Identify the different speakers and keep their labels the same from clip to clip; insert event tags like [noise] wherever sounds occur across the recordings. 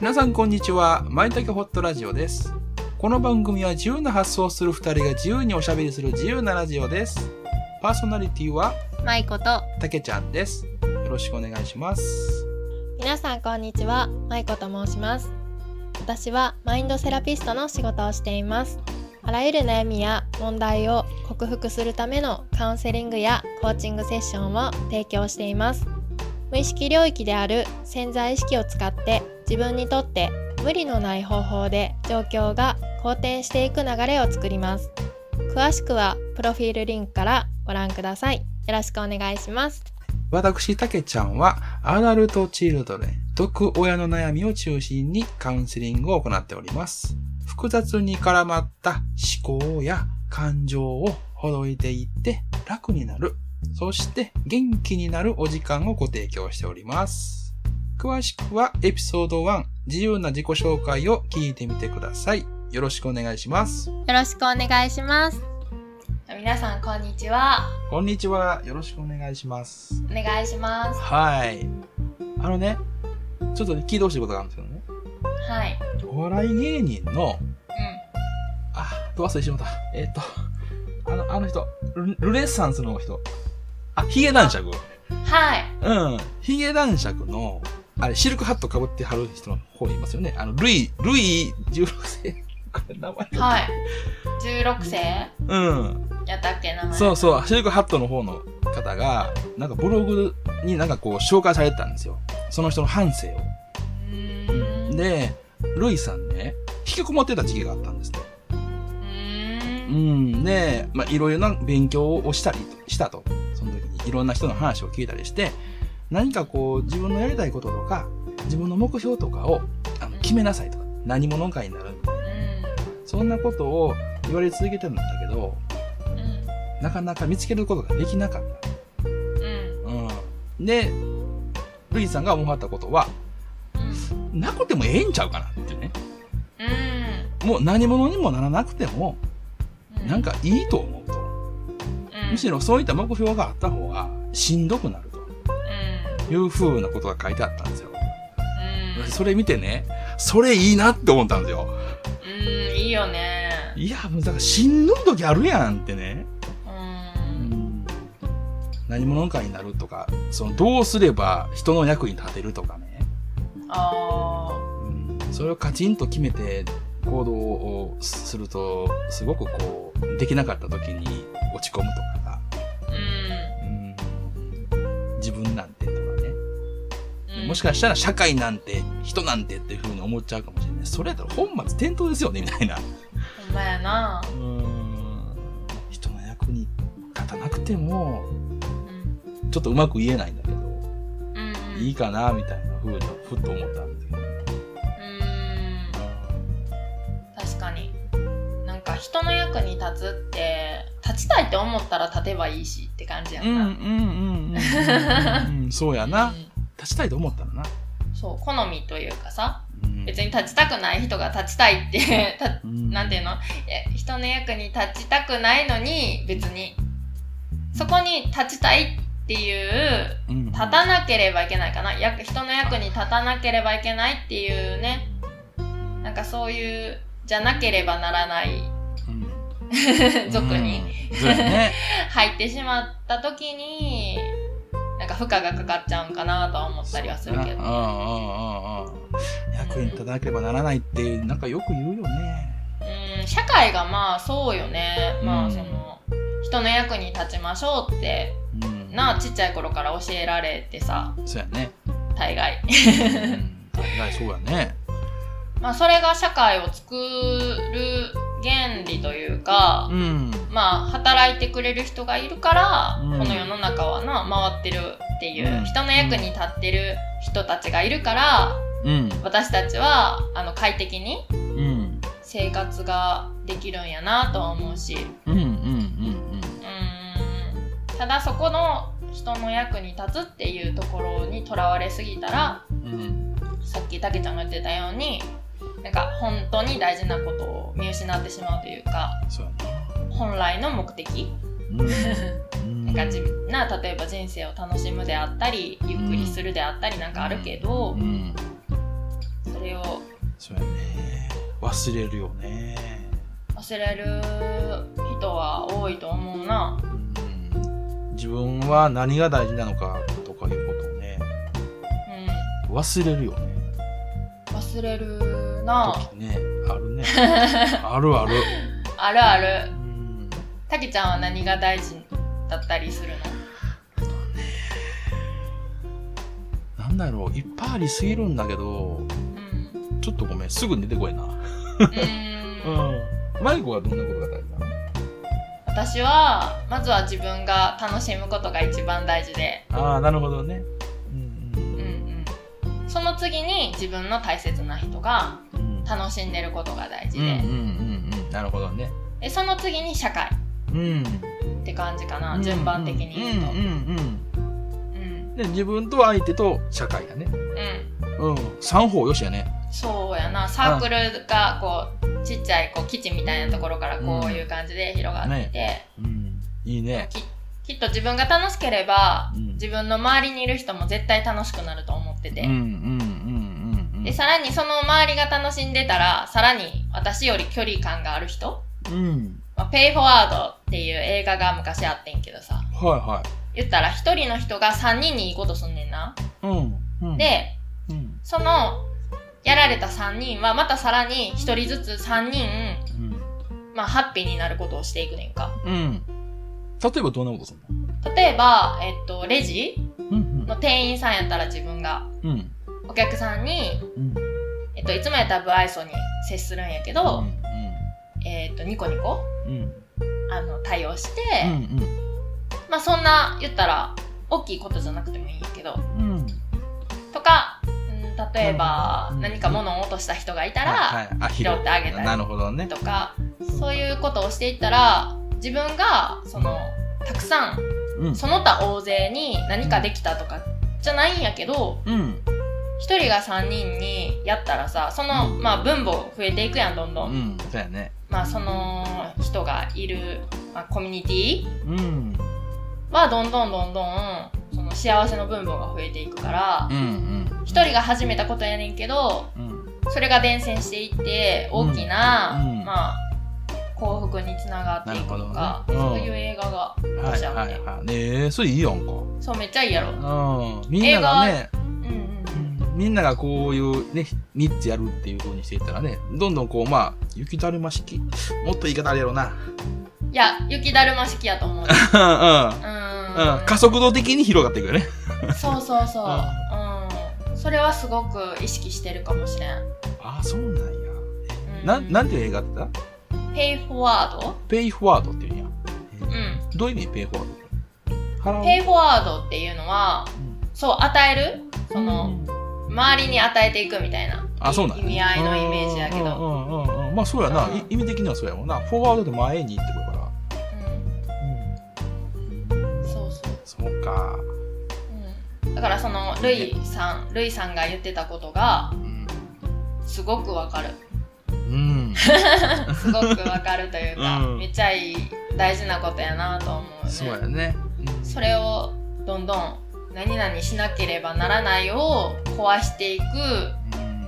Speaker 1: 皆さんこんにちは。まいたけホットラジオです。この番組は自由な発想をする二人が自由におしゃべりする自由なラジオです。パーソナリティは
Speaker 2: まいこと
Speaker 1: たけちゃんです。よろしくお願いします。
Speaker 2: 皆さんこんにちはまいこと申します私はマインドセラピストの仕事をしていますあらゆる悩みや問題を克服するためのカウンセリングやコーチングセッションを提供しています無意識領域である潜在意識を使って自分にとって無理のない方法で状況が好転していく流れを作ります詳しくはプロフィールリンクからご覧くださいよろしくお願いします
Speaker 1: 私、たけちゃんはアダルトチルドレン、毒親の悩みを中心にカウンセリングを行っております。複雑に絡まった思考や感情をほどいていって楽になる。そして元気になるお時間をご提供しております。詳しくはエピソード1、自由な自己紹介を聞いてみてください。よろしくお願いします。
Speaker 2: よろしくお願いします。皆さんこんにちは。
Speaker 1: こんにちは。よろしくお願いします。
Speaker 2: お願いします。
Speaker 1: はい。あのね、ちょっと聞いてほしいことがあるんですけどね。
Speaker 2: はい。
Speaker 1: お笑い芸人の、あ、ど忘れしてもうた。えっ、と、あの、あの人、ルルネッサンスの人。あ、ヒゲ男爵。
Speaker 2: うん。はい。
Speaker 1: うん。ヒゲ男爵の、あれ、シルクハット被ってはる人の方にいますよね。あの、ルイ、ルイ16世。 [laughs] これ名前。
Speaker 2: はい。十六世
Speaker 1: うん。
Speaker 2: やったっけ名前。
Speaker 1: そうそう、シルクハットの方の方が、なんかブログになんかこう紹介されてたんですよ。その人の半生を。
Speaker 2: うーん。う
Speaker 1: で、ルイさんね、引きこもってた時期があったんですね。
Speaker 2: ー。
Speaker 1: うんん、で、まあ、いろいろな勉強をしたりしたと。その時にいろんな人の話を聞いたりして、何かこう自分のやりたいこととか、自分の目標とかをあの決めなさいとか、何者かになるみたいな。そんなことを言われ続けてるんだけど、
Speaker 2: うん。うん。
Speaker 1: なかなか見つけることができなかった。
Speaker 2: うん。
Speaker 1: うん。で、ルイさんが思わはったことは、なくてもええんちゃうかなっていうね。
Speaker 2: うん。
Speaker 1: もう何者にもならなくても、
Speaker 2: う
Speaker 1: なん、かいいと思うと。むし
Speaker 2: ろ。
Speaker 1: ろそういった目標があった方がしんどくなると
Speaker 2: う
Speaker 1: いう風なことが書いてあったんですよ。
Speaker 2: ん。うん。
Speaker 1: それ見てね、それいいなって思ったんですよ。
Speaker 2: うん。いいよね。
Speaker 1: いや、もうだからしんどい時あるやんってね。
Speaker 2: う。
Speaker 1: うんん何者かになるとか、そのどうすれば人の役に立てるとかね。
Speaker 2: ああ。
Speaker 1: うんそれをカチンと決めて行動をすると、すごくこう、できなかった時に落ち込むとか
Speaker 2: うん。
Speaker 1: さ、うん自分なんてとかね。
Speaker 2: うん
Speaker 1: もしかしたら社会なんて、人なんてっていうふうに思っちゃうかもしれない。それやったら本末転倒ですよね、みたいな。
Speaker 2: ほんまやな。
Speaker 1: 人の役に立たなくても、
Speaker 2: うん。
Speaker 1: ちょっとうまく言えないんだけど、
Speaker 2: うん。
Speaker 1: いいかな、みたいなふうにふっと思ったんですけど。
Speaker 2: うん。確かになんか人の役に立つって立ちたいって思ったら立てばいいしって感じや
Speaker 1: うんん
Speaker 2: な、
Speaker 1: うんうんうん。そうやな
Speaker 2: う。ん
Speaker 1: 立ちたいと思ったらな。
Speaker 2: そう好みというかさ
Speaker 1: うん
Speaker 2: 別に立ちたくない人が立ちたいって [laughs] た
Speaker 1: うん
Speaker 2: なんていうのえ人の役に立ちたくないのに別にそこに立ちたいっていう
Speaker 1: うん
Speaker 2: 立たなければいけないかな役人の役に立たなければいけないっていうねなんかそういうじゃなければならない
Speaker 1: うん
Speaker 2: [laughs] 族に。
Speaker 1: うんそうやね。
Speaker 2: 入ってしまった時になんか負荷がかかっちゃうんか [laughs] なとは思ったりはするけど
Speaker 1: うんうんうんうん。役に立たなければならないって、なんかよく言うよね。
Speaker 2: うん社会がまあそうよね、ま
Speaker 1: う
Speaker 2: あ
Speaker 1: ん
Speaker 2: その人の役に立ちましょうって
Speaker 1: うん。
Speaker 2: なちっちゃい頃から教えられてさ
Speaker 1: そうやね。
Speaker 2: 大概 [laughs]
Speaker 1: うん大概そうやね。
Speaker 2: まあそれが社会を作る原理というか、
Speaker 1: うん。
Speaker 2: まあ働いてくれる人がいるから、
Speaker 1: うん
Speaker 2: この世の中はな回ってるっていう、
Speaker 1: うん
Speaker 2: 人の役に立ってる人たちがいるから
Speaker 1: うん。
Speaker 2: 私たちはあの快適に
Speaker 1: うん。
Speaker 2: 生活ができるんやなとは思うし
Speaker 1: うんうんうん
Speaker 2: うーんただそこの人の役に立つっていうところにとらわれすぎたら
Speaker 1: うん。うん。
Speaker 2: さっきたけちゃんが言ってたようになんか本当に大事なことを見失ってしまうというか
Speaker 1: そうやね。
Speaker 2: 本来の目的
Speaker 1: うん。
Speaker 2: なんか自分な例えば人生を楽しむであったりゆっくりするであったりなんかあるけど
Speaker 1: うん。
Speaker 2: それれを
Speaker 1: そうやね忘れるよね
Speaker 2: 忘れる人は多いと思うな
Speaker 1: うん自分は何が大事なのかとかいうことをね
Speaker 2: う
Speaker 1: 忘れるよね
Speaker 2: ん忘れるな
Speaker 1: 時ねあるねあるある
Speaker 2: あるある
Speaker 1: うん
Speaker 2: たけちゃんは何が大事だったりするの
Speaker 1: なんだろういっぱいありすぎるんだけど
Speaker 2: うん
Speaker 1: ちょっとごめんすぐ出てこいなうん
Speaker 2: うーん
Speaker 1: マイコはどんなことが大事なの
Speaker 2: 私はまずは自分が楽しむことが一番大事で
Speaker 1: ああなるほどねうん
Speaker 2: うんうんその次に自分の大切な人が
Speaker 1: うんうん
Speaker 2: 楽しんでることが大事
Speaker 1: うんうん
Speaker 2: で,、
Speaker 1: うんうんなるほどね
Speaker 2: でその次に社会
Speaker 1: うん
Speaker 2: って感じかな順番的に言うと
Speaker 1: うんうんうん
Speaker 2: うん
Speaker 1: で自分と相手と社会だね
Speaker 2: う
Speaker 1: う
Speaker 2: ん
Speaker 1: ん三方よしやね
Speaker 2: そうやなサークルがこうちっちゃいこう基地みたいなところからこういう感じで広がっていて、
Speaker 1: うんいいね
Speaker 2: きっと自分が楽しければ、
Speaker 1: うん
Speaker 2: 自分の周りにいる人も絶対楽しくなると思ってて、
Speaker 1: うんうんうんうん
Speaker 2: でさらにその周りが楽しんでたらさらに私より距離感がある人
Speaker 1: うん
Speaker 2: 「まあ、ペイフォワード」っていう映画が昔あってんけどさ
Speaker 1: はいは
Speaker 2: 言ったら一人の人が3人にいいことすんねんな。
Speaker 1: いうんうん
Speaker 2: で
Speaker 1: うん
Speaker 2: そのやられた3人はまたさらに1人ずつ3人、
Speaker 1: うん
Speaker 2: まあ、ハッピーになることをしていくねんか。
Speaker 1: うん例えばどんなことする
Speaker 2: 例えば、えっと、レジ
Speaker 1: のうん
Speaker 2: の店員さんやったら自分が
Speaker 1: うんうん
Speaker 2: お客さんに
Speaker 1: うん
Speaker 2: えっと、いつもやったら無愛想に接するんやけど、えっと、ニコニコ
Speaker 1: うんうん
Speaker 2: あの対応して、
Speaker 1: うん
Speaker 2: まあそんな言ったら大きいことじゃなくてもいいんやけど
Speaker 1: うんうん
Speaker 2: とか、うん、例えば、
Speaker 1: うん
Speaker 2: 何か物を落とした人がいたら、
Speaker 1: はいはいあ拾
Speaker 2: 拾ってあげたり
Speaker 1: なるほどね
Speaker 2: とかそういうことをしていったら自分がそのたくさん
Speaker 1: うん
Speaker 2: その他大勢に何かできたとかじゃないんやけど
Speaker 1: うん
Speaker 2: 1人が3人にやったらさその、
Speaker 1: うん
Speaker 2: まあ、分母増えていくやんどんどん
Speaker 1: う。んそうやね
Speaker 2: まあ、その人がいる、まあ、コミュニティ
Speaker 1: うん
Speaker 2: はどんどんどんどんその幸せの分母が増えていくから
Speaker 1: うんうん
Speaker 2: 一、人が始めたことやねんけど
Speaker 1: うん
Speaker 2: それが伝染していって大きな、
Speaker 1: うんうん
Speaker 2: まあ、幸福につながっていくとか、
Speaker 1: なるほど
Speaker 2: そう
Speaker 1: ねうん
Speaker 2: いう映画が
Speaker 1: はい
Speaker 2: 私は
Speaker 1: は
Speaker 2: ね
Speaker 1: いはいねえそれいいやんか
Speaker 2: そうめっちゃいいやろ。うん
Speaker 1: うんみんながね
Speaker 2: うんうん
Speaker 1: みんながこういうね、ニッチやるっていう風にしていったらね、どんどんこう、まあ、雪だるま式。もっと言い方あるやろな。
Speaker 2: いや雪だるま式やと思う。
Speaker 1: う
Speaker 2: う
Speaker 1: ん、うん。
Speaker 2: ん
Speaker 1: うん。加速度的に広がっていくよね。
Speaker 2: そうそうそう。
Speaker 1: うん
Speaker 2: うん、それはすごく意識してるかもしれん。
Speaker 1: ああ、そうなんや。
Speaker 2: うん、
Speaker 1: な、なんていう映画だった
Speaker 2: ペイフォワード
Speaker 1: ペイフォワードっていうんや。
Speaker 2: うん
Speaker 1: どういう意味ペイフォワード払う。
Speaker 2: ペイフォワードっていうのは
Speaker 1: うん
Speaker 2: そう与えるその、周りに与えていくみたいな
Speaker 1: あ、そうなんや
Speaker 2: 意味合いのイメージやけど
Speaker 1: うんうんうんうん。まあ、そうやな。い意味的にはそうやもんな。フォワードで前にってことやか
Speaker 2: う
Speaker 1: ら。
Speaker 2: んそうそう
Speaker 1: そうか。
Speaker 2: うんだからそのルイさんルイさんが言ってたことが
Speaker 1: うん。
Speaker 2: すごくわかる
Speaker 1: うん。
Speaker 2: すごくわかるというか、
Speaker 1: [laughs] うん
Speaker 2: めっちゃいい大事なことやなと思う,、ね、
Speaker 1: そうやね。うん
Speaker 2: それをどんどん何々しなければならないを壊していく
Speaker 1: うん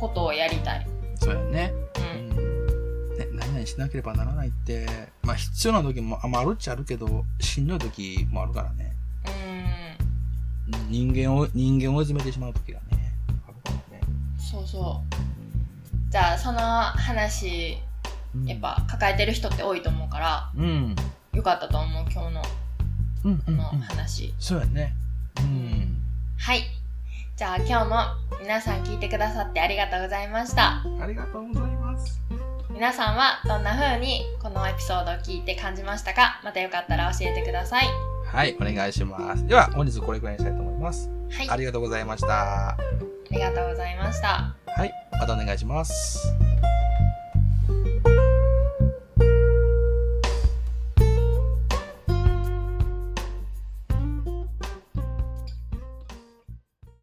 Speaker 2: ことをやりたい、
Speaker 1: そうやね。
Speaker 2: うん
Speaker 1: ね、何々しなければならないって、まあ必要な時もあ,、まあ、あるっちゃあるけど、しんどい時もあるからね。
Speaker 2: うん、
Speaker 1: うん人間を、人間を追い詰めてしまう時がね、あるからね。
Speaker 2: そうそうじゃあその話
Speaker 1: うん
Speaker 2: やっ、ぱ抱えてる人って多いと思うから
Speaker 1: うん。うん。
Speaker 2: よかったと思う今日の
Speaker 1: うん、うんう
Speaker 2: こ
Speaker 1: ん
Speaker 2: の話、
Speaker 1: そうやね。うん。
Speaker 2: はいじゃあ今日も皆さん聞いてくださってありがとうございました
Speaker 1: ありがとうございます。
Speaker 2: 皆さんはどんな風にこのエピソードを聞いて感じましたかまたよかったら教えてください
Speaker 1: はい、お願いします。では、本日これくらいにしたいと思います。
Speaker 2: はい
Speaker 1: ありがとうございました。
Speaker 2: ありがとうございました
Speaker 1: はい、またお願いします。